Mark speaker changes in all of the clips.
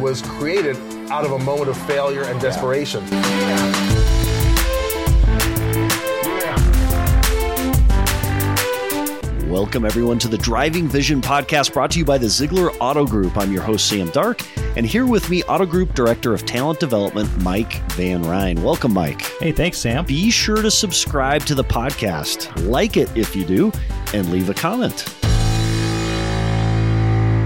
Speaker 1: was created out of a moment of failure and desperation.
Speaker 2: Welcome, everyone, to the Driving Vision podcast brought to you by the Ziegler Auto Group. I'm your host, Sam Dark, and here with me, Auto Group Director of Talent Development, Mike Van Ryn. Welcome, Mike.
Speaker 3: Hey, thanks, Sam.
Speaker 2: Be sure to subscribe to the podcast, like it if you do, and leave a comment.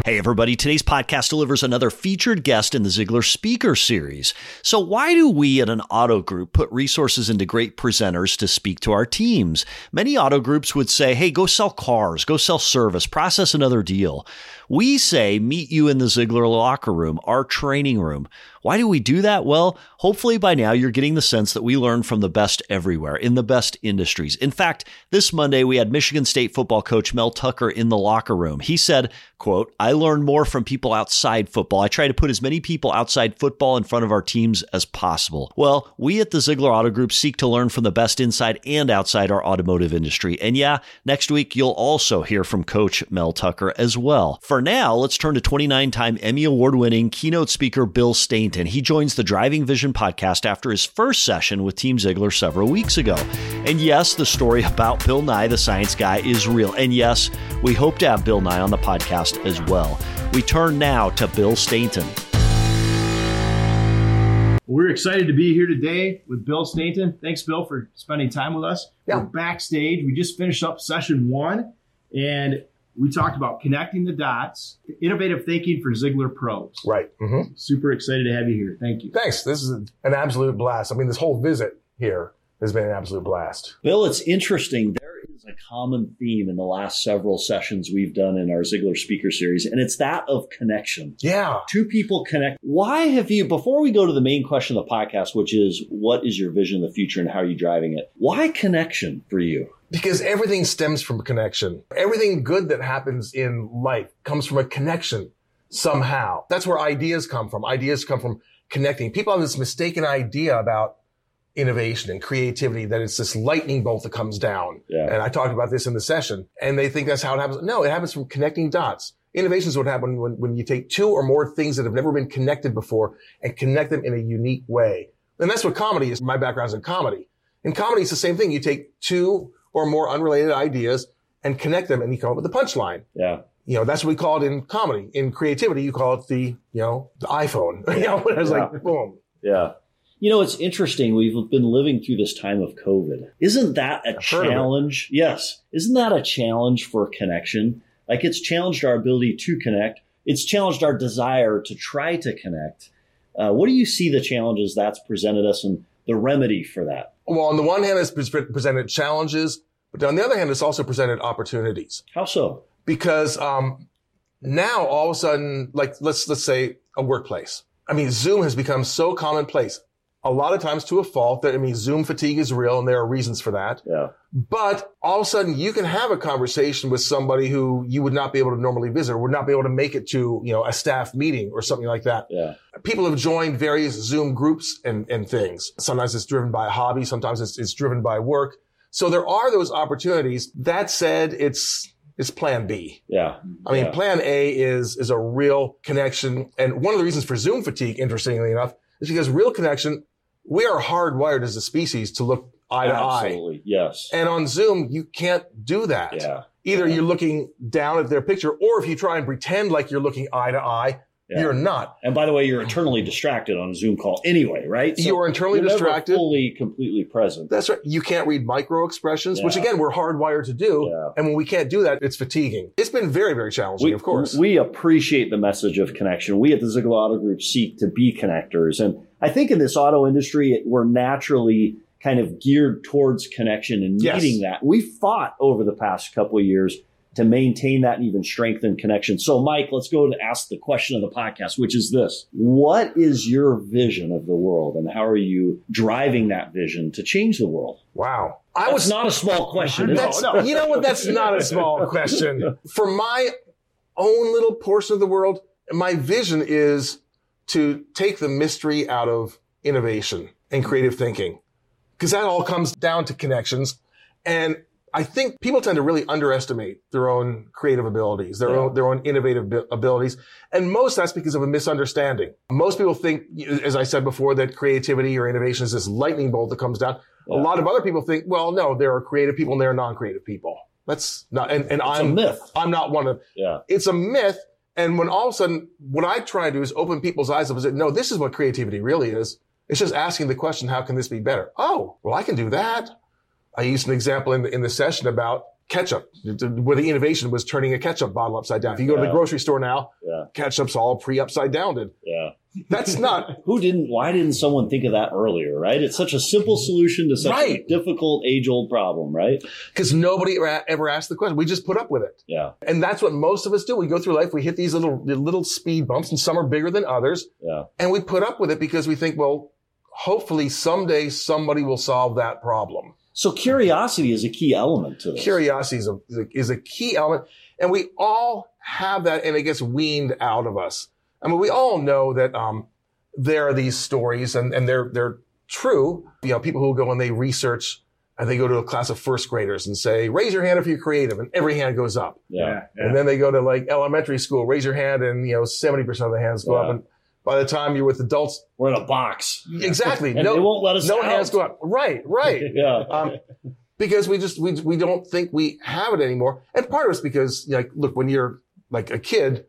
Speaker 2: Hey, everybody, today's podcast delivers another featured guest in the Ziegler Speaker Series. So, why do we at an auto group put resources into great presenters to speak to our teams? Many auto groups would say, hey, go sell cars, go sell service, process another deal. We say, meet you in the Ziegler locker room, our training room. Why do we do that? Well, hopefully by now you're getting the sense that we learn from the best everywhere in the best industries. In fact, this Monday we had Michigan State football coach Mel Tucker in the locker room. He said, quote, I learn more from people outside football. I try to put as many people outside football in front of our teams as possible. Well, we at the Ziegler Auto Group seek to learn from the best inside and outside our automotive industry. And yeah, next week you'll also hear from coach Mel Tucker as well. For now, let's turn to 29 time Emmy award winning keynote speaker Bill Stainton. And He joins the Driving Vision podcast after his first session with Team Ziegler several weeks ago. And yes, the story about Bill Nye, the science guy, is real. And yes, we hope to have Bill Nye on the podcast as well. We turn now to Bill Stainton.
Speaker 4: We're excited to be here today with Bill Stainton. Thanks, Bill, for spending time with us.
Speaker 1: Yeah.
Speaker 4: We're backstage. We just finished up session one, and we talked about connecting the dots, innovative thinking for Ziegler pros.
Speaker 1: Right. hmm
Speaker 4: Super excited to have you here. Thank you.
Speaker 1: Thanks. This is an absolute blast. I mean, this whole visit here has been an absolute blast.
Speaker 2: Bill, it's interesting. There is a common theme in the last several sessions we've done in our Ziegler speaker series, and it's that of connection.
Speaker 1: Yeah.
Speaker 2: two people connect. Why have you, before we go to the main question of the podcast, which is what is your vision of the future and how are you driving it? Why connection for you?
Speaker 1: Because everything stems from connection. Everything good that happens in life comes from a connection somehow. That's where ideas come from. Ideas come from connecting. People have this mistaken idea about innovation and creativity that it's this lightning bolt that comes down.
Speaker 2: Yeah.
Speaker 1: And I talked about this in the session and they think that's how it happens. No, it happens from connecting dots. Innovations would happen when, when you take two or more things that have never been connected before and connect them in a unique way. And that's what comedy is. My background's in comedy. In comedy, it's the same thing. You take two or more unrelated ideas and connect them and you come up with a punchline.
Speaker 2: Yeah.
Speaker 1: You know, that's what we call it in comedy. In creativity, you call it the, you know, the iPhone. you know, it's
Speaker 2: Yeah.
Speaker 1: like, boom.
Speaker 2: Yeah. You know, it's interesting. We've been living through this time of COVID. Isn't that a
Speaker 1: heard of it.
Speaker 2: challenge? Yes. Isn't that a challenge for connection? Like it's challenged our ability to connect. It's challenged our desire to try to connect. Uh, what do you see the challenges that's presented us and the remedy for that?
Speaker 1: Well, on the one hand, it's pre- presented challenges, but on the other hand, it's also presented opportunities
Speaker 2: How so?
Speaker 1: because um, now all of a sudden, like let's let's say a workplace. I mean, Zoom has become so commonplace. A lot of times to a fault that I mean, Zoom fatigue is real, and there are reasons for that.
Speaker 2: Yeah.
Speaker 1: But all of a sudden, you can have a conversation with somebody who you would not be able to normally visit, or would not be able to make it to, you know, a staff meeting or something like that.
Speaker 2: Yeah.
Speaker 1: People have joined various Zoom groups and, and things. Sometimes it's driven by a hobby. Sometimes it's, it's driven by work. So there are those opportunities. That said, it's, it's plan B.
Speaker 2: Yeah.
Speaker 1: I mean,
Speaker 2: Yeah.
Speaker 1: plan A is, is a real connection. And one of the reasons for Zoom fatigue, interestingly enough, is because real connection, we are hardwired as a species to look eye to eye.
Speaker 2: Absolutely. Yes.
Speaker 1: And on Zoom, you can't do that.
Speaker 2: yeah.
Speaker 1: Either you're looking down at their picture, or if you try and pretend like you're looking eye to eye,
Speaker 2: Yeah.
Speaker 1: you're not.
Speaker 2: And by the way, you're eternally distracted on a Zoom call anyway, right?
Speaker 1: you are internally
Speaker 2: you're never
Speaker 1: distracted.
Speaker 2: fully, completely present.
Speaker 1: That's right. You can't read micro expressions, which
Speaker 2: Yeah.
Speaker 1: again, we're hardwired to do.
Speaker 2: Yeah.
Speaker 1: And when we can't do that, it's fatiguing. It's been very, very challenging, of course.
Speaker 2: We appreciate the message of connection. We at the Ziegler Auto Group seek to be connectors. And I think in this auto industry, it- we're naturally kind of geared towards connection and
Speaker 1: Yes.
Speaker 2: needing that. We fought over the past couple of years to maintain that and even strengthen connection. So, Mike, let's go to ask the question of the podcast, which is this What is your vision of the world and how are you driving that vision to change the world?
Speaker 1: wow. I
Speaker 2: That
Speaker 1: was
Speaker 2: was not a small question. is it?
Speaker 1: That's, You know what? That's not a small question. For my own little portion of the world, my vision is to take the mystery out of innovation and creative thinking because that all comes down to connections. And I think people tend to really underestimate their own creative abilities, their own their own innovative bi- abilities, and most that's because of a misunderstanding. Most people think, as I said before, that creativity or innovation is this lightning bolt that comes down. A lot of other people think, well, no, there are creative people and there are non-creative people. That's not, and, and
Speaker 2: It's a
Speaker 1: I'm
Speaker 2: myth.
Speaker 1: I'm not one of.
Speaker 2: Yeah.
Speaker 1: It's a myth. And when all of a sudden, what I try to do is open people's eyes up and say, no, this is what creativity really is. It's just asking the question, how can this be better? Oh, well, I can do that. I used an example in the, in the session about ketchup, where the innovation was turning a ketchup bottle upside down. If you go to
Speaker 2: Yeah.
Speaker 1: the grocery store now,
Speaker 2: Yeah.
Speaker 1: ketchup's all pre upside downed.
Speaker 2: Yeah.
Speaker 1: That's not
Speaker 2: Who didn't? Why didn't someone think of that earlier? Right? It's such a simple solution to such a
Speaker 1: Right.
Speaker 2: difficult, age-old problem. Right?
Speaker 1: because nobody ra- ever asked the question. We just put up with it.
Speaker 2: Yeah.
Speaker 1: And that's what most of us do. We go through life. We hit these little, little speed bumps and some are bigger than others.
Speaker 2: Yeah.
Speaker 1: And we put up with it because we think, well, hopefully someday somebody will solve that problem.
Speaker 2: So curiosity is a key element to this.
Speaker 1: Curiosity is a, is a- is a key element. And we all have that and it gets weaned out of us. I mean, we all know that, um, there are these stories and, and they're, they're true. You know, people who go and they research and they go to a class of first graders and say, raise your hand if you're creative. And every hand goes up.
Speaker 2: Yeah.
Speaker 4: yeah.
Speaker 1: And then they go to like elementary school, raise your hand. And, you know, 70% of the hands go
Speaker 2: Yeah.
Speaker 1: up. And by the time you're with adults,
Speaker 2: We're in a box,
Speaker 1: exactly.
Speaker 2: and they won't let us
Speaker 1: no
Speaker 2: out.
Speaker 1: hands go up. Right, right.
Speaker 2: yeah.
Speaker 1: Um, because we just we we don't think we have it anymore. And part of it's because like look, when you're like a kid,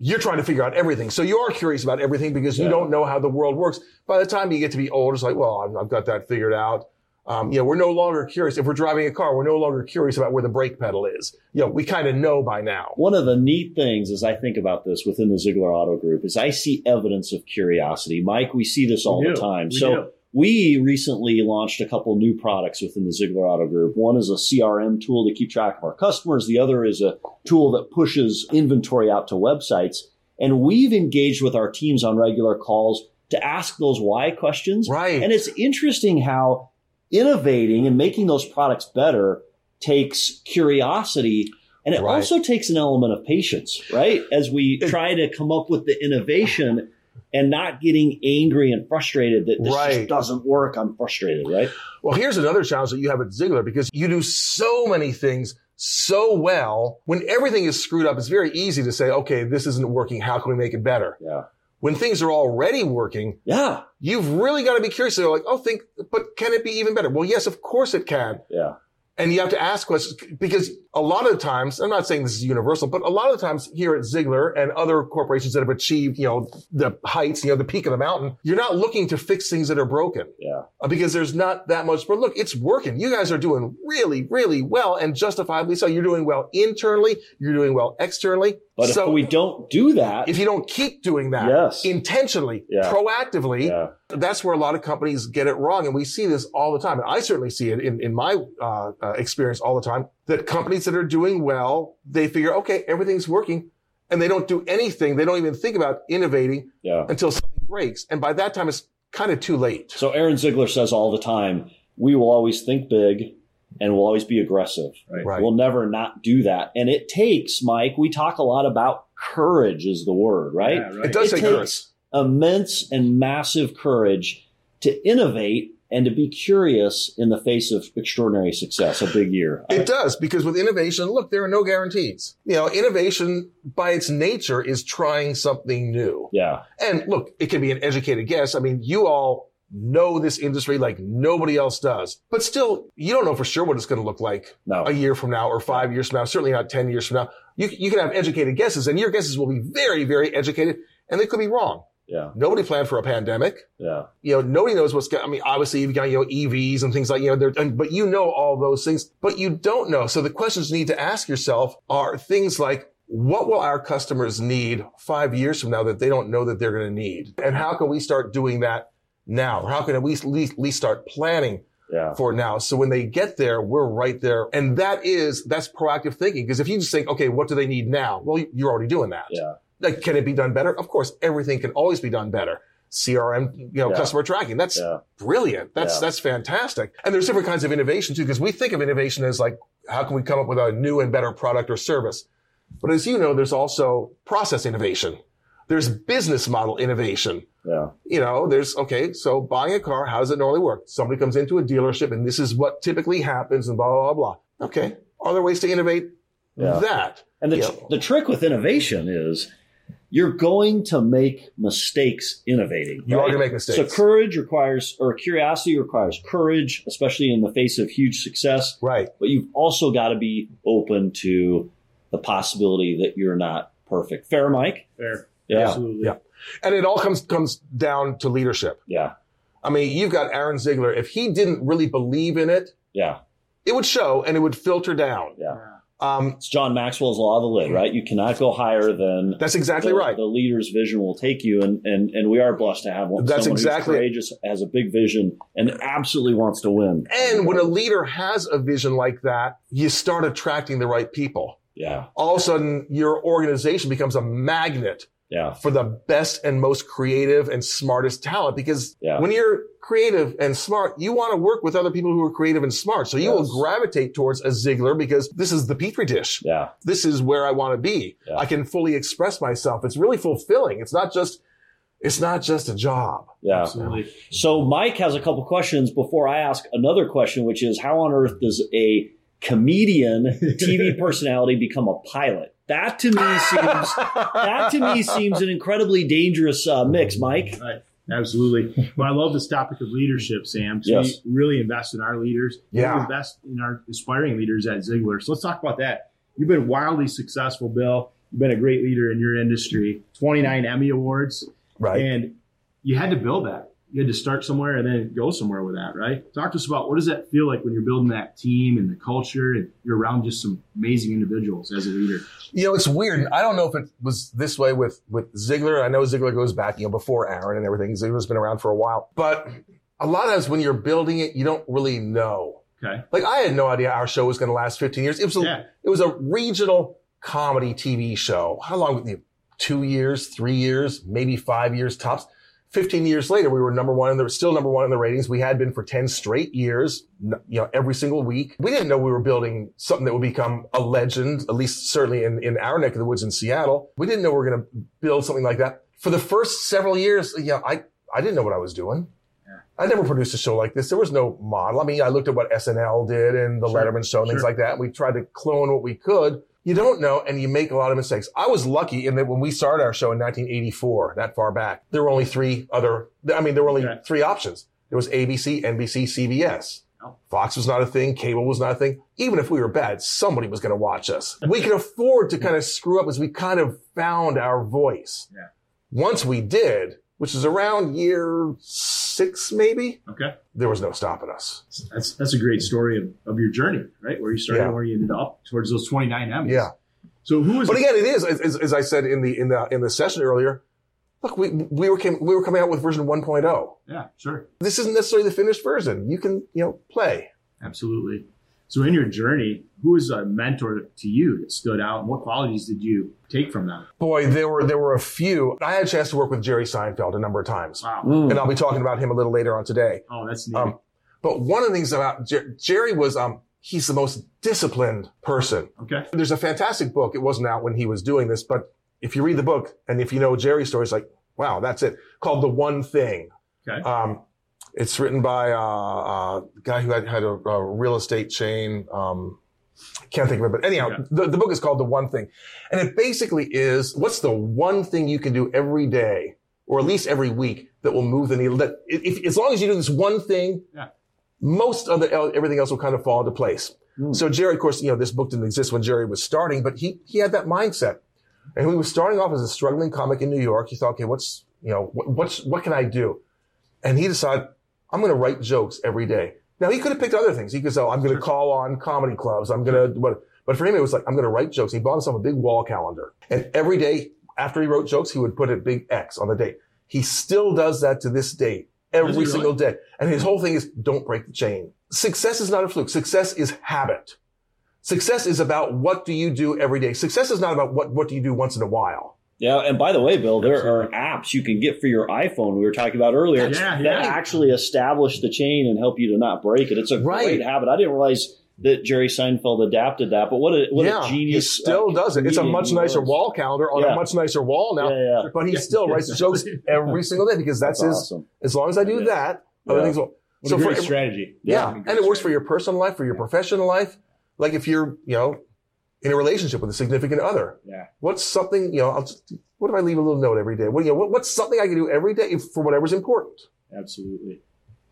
Speaker 1: you're trying to figure out everything, so you are curious about everything because
Speaker 2: Yeah.
Speaker 1: you don't know how the world works. By the time you get to be older, it's like, well, I've, I've got that figured out. Um, you know, we're no longer curious. If we're driving a car, we're no longer curious about where the brake pedal is. You know, we kind of know by now.
Speaker 2: One of the neat things as I think about this within the Ziegler Auto Group is I see evidence of curiosity. Mike, we see this all
Speaker 4: We
Speaker 2: the
Speaker 4: do.
Speaker 2: time.
Speaker 4: We
Speaker 2: so
Speaker 4: do.
Speaker 2: we recently launched a couple new products within the Ziegler Auto Group. One is a CRM tool to keep track of our customers. The other is a tool that pushes inventory out to websites. And we've engaged with our teams on regular calls to ask those why questions.
Speaker 1: Right.
Speaker 2: And it's interesting how innovating and making those products better takes curiosity and it
Speaker 1: Right.
Speaker 2: also takes an element of patience, right? As we
Speaker 1: It-
Speaker 2: try to come up with the innovation and not getting angry and frustrated that this just
Speaker 1: Right.
Speaker 2: doesn't work. I'm frustrated, right?
Speaker 1: Well, here's another challenge that you have at Ziegler because you do so many things so well. When everything is screwed up, it's very easy to say, okay, this isn't working. How can we make it better?
Speaker 2: Yeah.
Speaker 1: When things are already working,
Speaker 2: Yeah.
Speaker 1: you've really got to be curious. So like, oh, think, but can it be even better? Well, yes, of course it can.
Speaker 2: Yeah.
Speaker 1: And you have to ask questions because a lot of the times, I'm not saying this is universal, but a lot of the times here at Ziegler and other corporations that have achieved, you know, the heights, you know, the peak of the mountain, you're not looking to fix things that are broken.
Speaker 2: Yeah.
Speaker 1: Uh, because there's not that much. But look, it's working. You guys are doing really, really well and justifiably so. You're doing well internally. You're doing well externally.
Speaker 2: But
Speaker 1: so
Speaker 2: if we don't do that,
Speaker 1: if you don't keep doing that
Speaker 2: Yes.
Speaker 1: intentionally,
Speaker 2: Yeah.
Speaker 1: proactively,
Speaker 2: yeah,
Speaker 1: that's where a lot of companies get it wrong. And we see this all the time. And I certainly see it in, in my uh, uh, experience all the time that companies that are doing well, they figure, okay, everything's working and they don't do anything. They don't even think about innovating
Speaker 2: yeah.
Speaker 1: until something breaks. And by that time, it's kind of too late.
Speaker 2: So Aaron Ziegler says all the time, we will always think big and we'll always be aggressive.
Speaker 1: Right.
Speaker 2: We'll never not do that. And it takes, Mike, we talk a lot about courage is the word, right?
Speaker 4: Yeah, right.
Speaker 1: It does
Speaker 2: it
Speaker 1: take
Speaker 2: takes
Speaker 1: courage.
Speaker 2: immense and massive courage to innovate and to be curious in the face of extraordinary success. A big year.
Speaker 1: It does because with innovation, look, there are no guarantees. You know, innovation by its nature is trying something new.
Speaker 2: yeah.
Speaker 1: And look, it can be an educated guess. I mean, you all know this industry like nobody else does, but still, you don't know for sure what it's going to look like
Speaker 2: No.
Speaker 1: a year from now or five years from now, certainly not 10 years from now. You, you can have educated guesses and your guesses will be very, very educated and they could be wrong.
Speaker 2: Yeah.
Speaker 1: Nobody planned for a pandemic
Speaker 2: Yeah.
Speaker 1: you know, nobody knows what's going. I mean, obviously you've got you know EVs and things like you know, they're, and, but you know all those things, but you don't know. So the questions you need to ask yourself are things like, what will our customers need five years from now that they don't know that they're going to need, and how can we start doing that now? Or how can we at least, at least start planning
Speaker 2: Yeah.
Speaker 1: for now? So when they get there, we're right there, and that is that's proactive thinking. Because if you just think, okay, what do they need now? Well, you're already doing that
Speaker 2: Yeah.
Speaker 1: like, can it be done better? Of course, everything can always be done better. CRM, you know,
Speaker 2: Yeah.
Speaker 1: customer tracking. That's
Speaker 2: Yeah.
Speaker 1: brilliant. That's
Speaker 2: Yeah.
Speaker 1: that's fantastic. And there's different kinds of innovation too, because we think of innovation as like, how can we come up with a new and better product or service? But as you know, there's also process innovation. There's business model innovation
Speaker 2: Yeah.
Speaker 1: you know, there's okay. So buying a car, how does it normally work? Somebody comes into a dealership, and this is what typically happens, and blah blah blah. blah. Okay. Are there ways to innovate
Speaker 2: Yeah.
Speaker 1: that?
Speaker 2: And the,
Speaker 1: Yeah.
Speaker 2: tr- the trick with innovation is you're going to make mistakes innovating.
Speaker 1: You are
Speaker 2: right?
Speaker 1: going to make
Speaker 2: So
Speaker 1: mistakes.
Speaker 2: courage requires, or curiosity requires courage, especially in the face of huge success.
Speaker 1: right.
Speaker 2: But you've also got to be open to the possibility that you're not perfect. Fair, Mike?
Speaker 4: Fair.
Speaker 2: Yeah.
Speaker 4: Absolutely.
Speaker 1: Yeah. And it all comes comes down to leadership.
Speaker 2: Yeah.
Speaker 1: I mean, you've got Aaron Ziegler. If he didn't really believe in it,
Speaker 2: Yeah.
Speaker 1: it would show and it would filter down.
Speaker 2: Yeah.
Speaker 1: Um,
Speaker 2: It's John Maxwell's law of the lid, right? You cannot go higher than
Speaker 1: that's exactly
Speaker 2: the,
Speaker 1: right.
Speaker 2: the leader's vision will take you. And, and, and we are blessed to have one.
Speaker 1: That's
Speaker 2: someone
Speaker 1: exactly-
Speaker 2: who's courageous, has a big vision, and absolutely wants to win.
Speaker 1: And when a leader has a vision like that, you start attracting the right people.
Speaker 2: Yeah.
Speaker 1: All of a sudden, your organization becomes a magnet
Speaker 2: Yeah.
Speaker 1: for the best and most creative and smartest talent because
Speaker 2: Yeah.
Speaker 1: when you're creative and smart, you want to work with other people who are creative and smart. So you
Speaker 2: Yes.
Speaker 1: will gravitate towards a Ziegler because this is the petri dish.
Speaker 2: Yeah.
Speaker 1: This is where I want to be.
Speaker 2: Yeah.
Speaker 1: I can fully express myself. It's really fulfilling. It's not just, it's not just a job.
Speaker 2: Yeah.
Speaker 4: Absolutely.
Speaker 2: So Mike has a couple questions before I ask another question, which is how on earth does a comedian TV personality become a pilot? That to me seems that to me seems an incredibly dangerous uh, mix, Mike.
Speaker 4: Absolutely. Well, I love this topic of leadership, Sam. So
Speaker 2: Yes.
Speaker 4: We really invest in our leaders.
Speaker 1: Yeah.
Speaker 4: We invest in our aspiring leaders at Ziegler. So let's talk about that. You've been wildly successful, Bill. You've been a great leader in your industry. 29 Emmy Awards.
Speaker 1: Right.
Speaker 4: And you had to build that. You had to start somewhere and then go somewhere with that, right? Talk to us about what does that feel like when you're building that team and the culture and you're around just some amazing individuals as a leader.
Speaker 1: You know, it's weird. I don't know if it was this way with, with Ziegler. I know Ziegler goes back, you know, before Aaron and everything. Ziegler's been around for a while, but a lot of times when you're building it, you don't really know.
Speaker 4: Okay.
Speaker 1: Like I had no idea our show was going to last 15 years. It was a,
Speaker 4: Yeah.
Speaker 1: it was a regional comedy TV show. How long would you? Two years, three years, maybe five years tops. 15 years later, we were number one and there was still number one in the ratings. We had been for 10 straight years, n- you know, every single week. We didn't know we were building something that would become a legend, at least certainly in, in our neck of the woods in Seattle. We didn't know we were going to build something like that. For the first several years, you know, I, I didn't know what I was doing. I never produced a show like this. There was no model. I mean, I looked at what SNL did and the
Speaker 4: Sure.
Speaker 1: Letterman show and things
Speaker 4: Sure.
Speaker 1: like that. We tried to clone what we could. You don't know, and you make a lot of mistakes. I was lucky in that when we started our show in 1984, that far back, there were only three other. I mean, there were only
Speaker 4: Okay.
Speaker 1: three options. There was ABC, NBC, CBS.
Speaker 4: Oh.
Speaker 1: Fox was not a thing. Cable was not a thing. Even if we were bad, somebody was going to watch us. We could afford to kind of screw up as we kind of found our voice.
Speaker 4: Yeah.
Speaker 1: Once we did, which is around year six, maybe,
Speaker 4: Okay.
Speaker 1: there was no stopping us.
Speaker 4: That's that's a great story of, of your journey, right? Where you started,
Speaker 1: Yeah.
Speaker 4: where you ended up towards those 29 Emmys.
Speaker 1: Yeah.
Speaker 4: So who is
Speaker 1: But again, it is as, as- as I said in the in the in the session earlier. Look, we we were came, we were coming out with version 1.0.
Speaker 4: Yeah, sure.
Speaker 1: This isn't necessarily the finished version. You can you know play.
Speaker 4: Absolutely. So in your journey, who is a mentor to you that stood out and what qualities did you take from them?
Speaker 1: Boy, there were there were a few. I had a chance to work with Jerry Seinfeld a number of times,
Speaker 4: Wow.
Speaker 2: Mm.
Speaker 1: and I'll be talking about him a little later on today.
Speaker 4: Oh, that's neat.
Speaker 1: Um, but one of the things about Jer- Jerry was um he's the most disciplined person.
Speaker 4: okay.
Speaker 1: There's a fantastic book. It wasn't out when he was doing this, but if you read the book and if you know Jerry's story, it's like, wow, that's it. Called The One Thing.
Speaker 4: Okay.
Speaker 1: Um, it's written by uh, uh, a guy who had, had a, a real estate chain. Um, can't think of it, but anyhow,
Speaker 4: Okay.
Speaker 1: the, the book is called The One Thing. And it basically is what's the one thing you can do every day or at least every week that will move the needle? That if, if- as long as you do this one thing,
Speaker 4: Yeah.
Speaker 1: most of the, everything else will kind of fall into place.
Speaker 2: Mm.
Speaker 1: So Jerry, of course, you know, this book didn't exist when Jerry was starting, but he, he had that mindset. And he was starting off as a struggling comic in New York. He thought, okay, what's, you know, what, what's, what can I do? And he decided, I'm going to write jokes every day. Now he could have picked other things. He could say, oh, I'm going to call on comedy clubs. I'm going to, what, but for him, it was like, I'm going to write jokes. He bought himself a big wall calendar and every day after he wrote jokes, he would put a big X on the date. He still does that to this date every
Speaker 4: Does he really?
Speaker 1: single day. And his whole thing is don't break the chain. Success is not a fluke. Success is habit. Success is about what do you do every day. Success is not about what, what do you do once in a while.
Speaker 2: Yeah, and by the way, Bill, there are apps you can get for your iPhone we were talking about earlier
Speaker 4: Yeah,
Speaker 2: that
Speaker 4: yeah.
Speaker 2: actually establish the chain and help you to not break it. It's a
Speaker 1: Right.
Speaker 2: great habit. I didn't realize that Jerry Seinfeld adapted that, but what a what
Speaker 1: yeah,
Speaker 2: a genius!
Speaker 1: he still
Speaker 2: uh,
Speaker 1: does it. It's a
Speaker 2: comedian
Speaker 1: much
Speaker 2: he
Speaker 1: nicer
Speaker 2: was.
Speaker 1: wall calendar on a
Speaker 2: Yeah.
Speaker 1: much nicer wall now,
Speaker 2: Yeah, yeah.
Speaker 1: but he still writes jokes every single day because that's, his,
Speaker 2: awesome.
Speaker 1: as long as I do
Speaker 4: Yeah.
Speaker 1: that, other
Speaker 2: Yeah.
Speaker 1: things will.
Speaker 4: What
Speaker 1: so
Speaker 4: a great
Speaker 1: for-
Speaker 4: strategy.
Speaker 1: Yeah. And it works for your personal life, for your professional life. Like if you're, you know, in a relationship with a significant other.
Speaker 4: Yeah.
Speaker 1: What's something, you know, I'll, what if I leave a little note every day? What, you know, what, what's something I can do every day for whatever's important?
Speaker 4: Absolutely.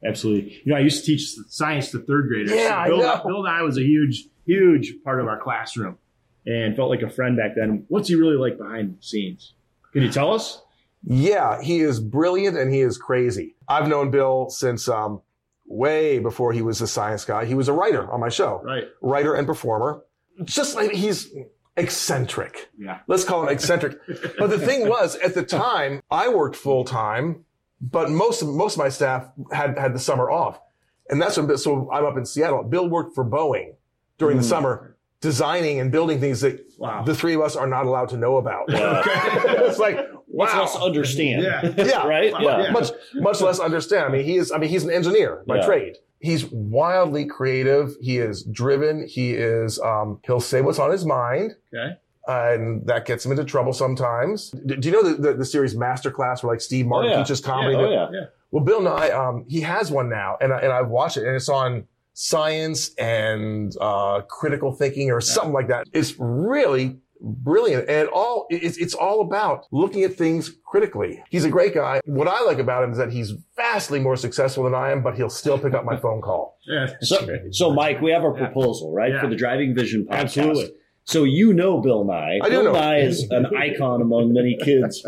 Speaker 4: Absolutely. You know, I used to teach science to third graders.
Speaker 1: Yeah, I
Speaker 4: Bill,
Speaker 1: know.
Speaker 4: Bill Nye was a huge, huge part of our classroom and felt like a friend back then. What's he really like behind the scenes? Can you tell us?
Speaker 1: Yeah, he is brilliant and he is crazy. I've known Bill since um, way before he was a science guy. He was a writer on my show,
Speaker 4: Right.
Speaker 1: writer and performer. Just like he's eccentric.
Speaker 4: Yeah.
Speaker 1: Let's call him eccentric. but the thing was, at the time, I worked full time, but most of, most of my staff had had the summer off, and that's when. So I'm up in Seattle. Bill worked for Boeing during the summer, designing and building things that
Speaker 4: Wow.
Speaker 1: the three of us are not allowed to know about.
Speaker 2: Yeah.
Speaker 1: it's like
Speaker 2: Let's
Speaker 1: wow.
Speaker 2: also understand.
Speaker 4: Yeah.
Speaker 1: Yeah,
Speaker 2: Right?
Speaker 4: Wow.
Speaker 2: Yeah.
Speaker 4: Yeah.
Speaker 1: much much less understand. I mean, he is. I mean, he's an engineer by
Speaker 2: Yeah.
Speaker 1: trade. He's wildly creative. He is driven. He is. Um, he'll say what's on his mind.
Speaker 4: Okay.
Speaker 1: And that gets him into trouble sometimes. D- do you know the, the, the series Masterclass, where like Steve Martin
Speaker 2: yeah.
Speaker 1: teaches comedy?
Speaker 2: Oh, yeah.
Speaker 1: Well, Bill Nye, um, he has one now, and I, and I've watched it, and it's on science and uh, critical thinking or something like that. It's really brilliant, and it all it's, it's all about looking at things critically. He's a great guy. What I like about him is that he's vastly more successful than I am, but he'll still pick up my phone call.
Speaker 4: Yeah.
Speaker 2: So, so Mike, we have our
Speaker 4: Yeah.
Speaker 2: proposal, right,
Speaker 4: Yeah.
Speaker 2: for the Driving Vision podcast.
Speaker 4: Absolutely.
Speaker 2: So you know Bill Nye.
Speaker 1: I do
Speaker 2: Bill
Speaker 1: know him.
Speaker 2: Nye is an icon among many kids.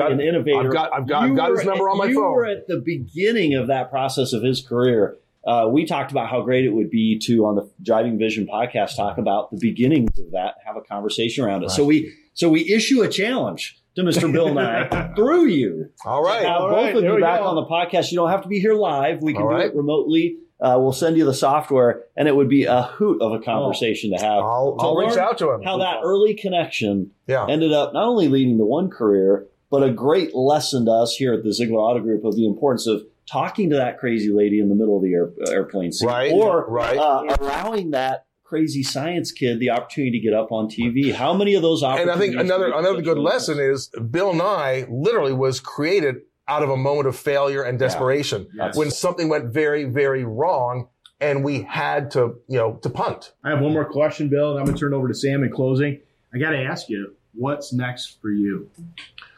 Speaker 1: I've got-
Speaker 2: an innovator.
Speaker 1: I've got I've got, I've
Speaker 2: You
Speaker 1: got his
Speaker 2: were
Speaker 1: number
Speaker 2: at-
Speaker 1: on my
Speaker 2: you
Speaker 1: phone.
Speaker 2: were at the beginning of that process of his career. Uh, we talked about how great it would be to on the Driving Vision podcast talk about the beginnings of that, have a conversation around it. So we so we issue a challenge to Mr. Bill Nye through you.
Speaker 1: all right.
Speaker 2: Now,
Speaker 4: All
Speaker 2: both
Speaker 4: right,
Speaker 2: of
Speaker 4: there
Speaker 2: you
Speaker 4: we
Speaker 2: back
Speaker 4: go.
Speaker 2: on the podcast. You don't have to be here live. We can
Speaker 1: All
Speaker 2: do
Speaker 1: right.
Speaker 2: it remotely. Uh, we'll send you the software, and it would be a hoot
Speaker 1: Oh.
Speaker 2: of a conversation to have.
Speaker 1: I'll,
Speaker 2: to
Speaker 1: I'll reach
Speaker 2: learn
Speaker 1: out to him.
Speaker 2: How that early connection
Speaker 1: Yeah.
Speaker 2: ended up not only leading to one career, but a great lesson to us here at the Ziegler Auto Group of the importance of talking to that crazy lady in the middle of the air, uh, airplane seat,
Speaker 1: Right,
Speaker 2: or
Speaker 1: right.
Speaker 2: Uh, allowing that crazy science kid the opportunity to get up on TV. How many of those
Speaker 1: and
Speaker 2: opportunities?
Speaker 1: I think another
Speaker 2: do we
Speaker 1: another good
Speaker 2: potentially-
Speaker 1: lesson is Bill Nye literally was created out of a moment of failure and desperation
Speaker 4: Yes.
Speaker 1: when something went very very wrong and we had to you know to punt.
Speaker 4: I have one more question, Bill, and I'm going to turn it over to Sam in closing. I got to ask you, what's next for you?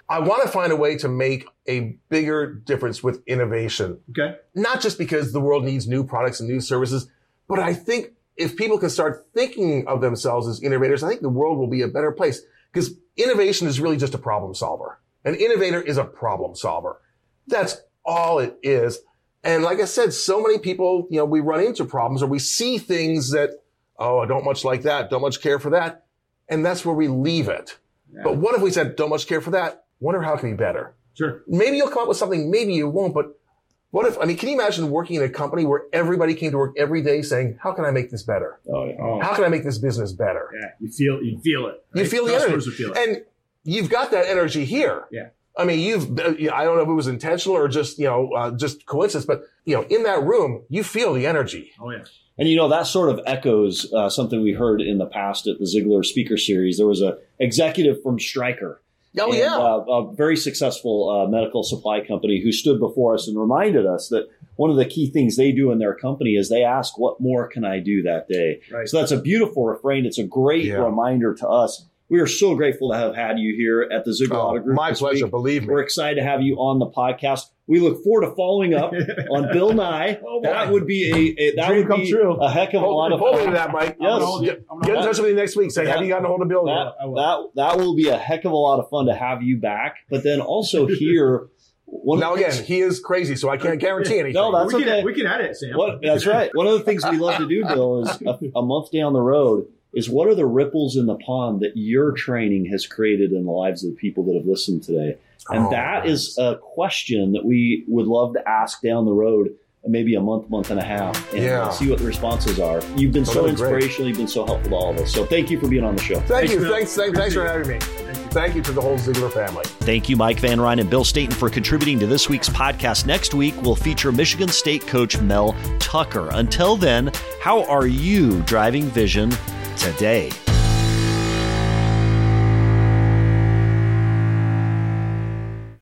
Speaker 1: I want to find a way to make a bigger difference with innovation,
Speaker 4: Okay.
Speaker 1: not just because the world needs new products and new services, but I think if people can start thinking of themselves as innovators, I think the world will be a better place because innovation is really just a problem solver. An innovator is a problem solver. That's all it is. And like I said, so many people, you know, we run into problems or we see things that, oh, I don't much like that, don't much care for that. And that's where we leave it.
Speaker 4: Yeah.
Speaker 1: But what if we said, don't much care for that? Wonder how it can be better
Speaker 4: Sure.
Speaker 1: maybe you'll come up with something, maybe you won't, but what if, I mean, can you imagine working in a company where everybody came to work every day saying, how can I make this better?
Speaker 2: Oh, yeah.
Speaker 4: Oh,
Speaker 1: How can I make this business better?
Speaker 4: yeah. You feel, you feel it.
Speaker 1: You
Speaker 4: right?
Speaker 1: feel the
Speaker 4: Customers will feel it.
Speaker 1: And you've got that energy here.
Speaker 4: Yeah.
Speaker 1: I mean, you've, I don't know if it was intentional or just, you know, uh, just coincidence, but, you know, in that room, you feel the energy.
Speaker 4: Oh, yeah.
Speaker 2: And you know that sort of echoes uh, something we heard in the past at the Ziegler Speaker Series. There was a executive from Stryker,
Speaker 1: Oh,
Speaker 2: and,
Speaker 1: yeah.
Speaker 2: uh, a very successful uh, medical supply company, who stood before us and reminded us that one of the key things they do in their company is they ask, "What more can I do that day?"
Speaker 4: Right.
Speaker 2: So that's a beautiful refrain. It's a great
Speaker 1: Yeah.
Speaker 2: reminder to us. We are so grateful to have had you here at the Ziegler
Speaker 1: Oh,
Speaker 2: Auto Group.
Speaker 1: my
Speaker 2: this
Speaker 1: pleasure,
Speaker 2: week.
Speaker 1: believe
Speaker 2: We're
Speaker 1: me.
Speaker 2: excited to have you on the podcast. We look forward to following up on Bill Nye.
Speaker 4: Oh, boy.
Speaker 2: that would be a, a that
Speaker 4: Dream
Speaker 2: would
Speaker 4: come
Speaker 2: be
Speaker 4: true.
Speaker 2: a heck of a
Speaker 1: Hold,
Speaker 2: lot of
Speaker 1: hold me
Speaker 2: fun.
Speaker 1: to that, Mike.
Speaker 2: Yes.
Speaker 4: I'm gonna hold you. I'm gonna
Speaker 1: Get in
Speaker 4: hold
Speaker 1: touch with me next week. Say,
Speaker 2: Yeah.
Speaker 1: have you gotten a hold of Bill yet?
Speaker 2: That, that that will be a heck of a lot of fun to have you back. But then also here, one
Speaker 1: Now,
Speaker 2: of the
Speaker 1: again,
Speaker 2: things-
Speaker 1: he is crazy, so I can't guarantee anything.
Speaker 2: No, that's
Speaker 4: we can,
Speaker 2: okay.
Speaker 4: We can edit, Sam.
Speaker 2: What, that's right. One of the things we love to do, Bill, is a, a month down the road is what are the ripples in the pond that your training has created in the lives of the people that have listened today, and
Speaker 1: Oh,
Speaker 2: that is a question that we would love to ask down the road. Maybe a month, month and a half, and
Speaker 1: Yeah.
Speaker 2: see what the responses are. You've
Speaker 1: That'll
Speaker 2: been so
Speaker 1: be great.
Speaker 2: inspirational. You've been so helpful to all of us. So thank you for being on the show.
Speaker 1: Thank
Speaker 4: Thanks,
Speaker 1: you.
Speaker 4: Bill.
Speaker 1: Thanks, thanks, thanks for having me. Thank you to the whole Ziegler family.
Speaker 5: Thank you, Mike Van Ryn and Bill Staten, for contributing to this week's podcast. Next week, we'll feature Michigan State coach Mel Tucker. Until then, how are you driving vision today?